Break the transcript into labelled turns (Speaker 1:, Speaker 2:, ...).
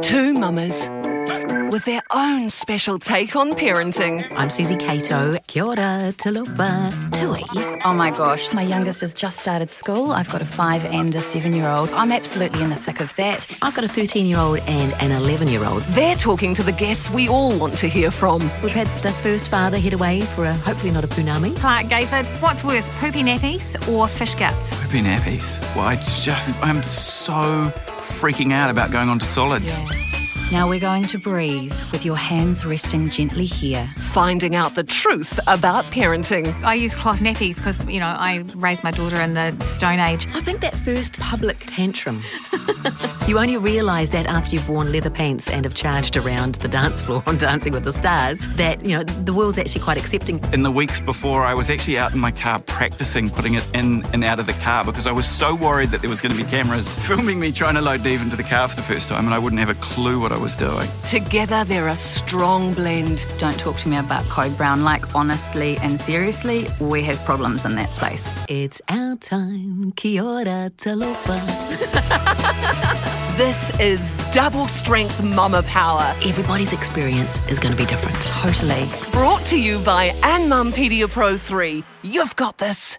Speaker 1: Two mamas with their own special take on parenting.
Speaker 2: I'm Susie Cato. Kia ora, talofa, tui.
Speaker 3: Oh my gosh, my youngest has just started school. I've got a five and a seven year old. I'm absolutely in the thick of that.
Speaker 2: I've got a 13 year old and an 11 year old.
Speaker 1: They're talking to the guests we all want to hear from.
Speaker 2: We've had the first father head away for a hopefully not a punami.
Speaker 4: Clark Gayford, what's worse, poopy nappies or fish guts?
Speaker 5: Poopy nappies. Well, it's just, I'm so freaking out about going on to solids.
Speaker 3: Now we're going to breathe with your hands resting gently here.
Speaker 1: Finding out the truth about parenting.
Speaker 4: I use cloth nappies because, you know, I raised my daughter in the Stone Age.
Speaker 2: I think that first public tantrum. you only realise that after you've worn leather pants and have charged around the dance floor on Dancing with the Stars that, you know, the world's actually quite accepting.
Speaker 5: In the weeks before, I was actually out in my car practicing putting it in and out of the car because I was so worried that there was going to be cameras filming me trying to load Neve into the car for the first time and I wouldn't have a clue what I was doing.
Speaker 1: Together, they're a strong blend.
Speaker 3: Don't talk to me about Code Brown. Like, honestly and seriously, we have problems in that place.
Speaker 2: It's our time. Kia ora, talofa.
Speaker 1: This is double strength mama power.
Speaker 2: Everybody's experience is going to be different.
Speaker 3: Totally.
Speaker 1: Brought to you by Anmumpedia Pro 3. You've got this.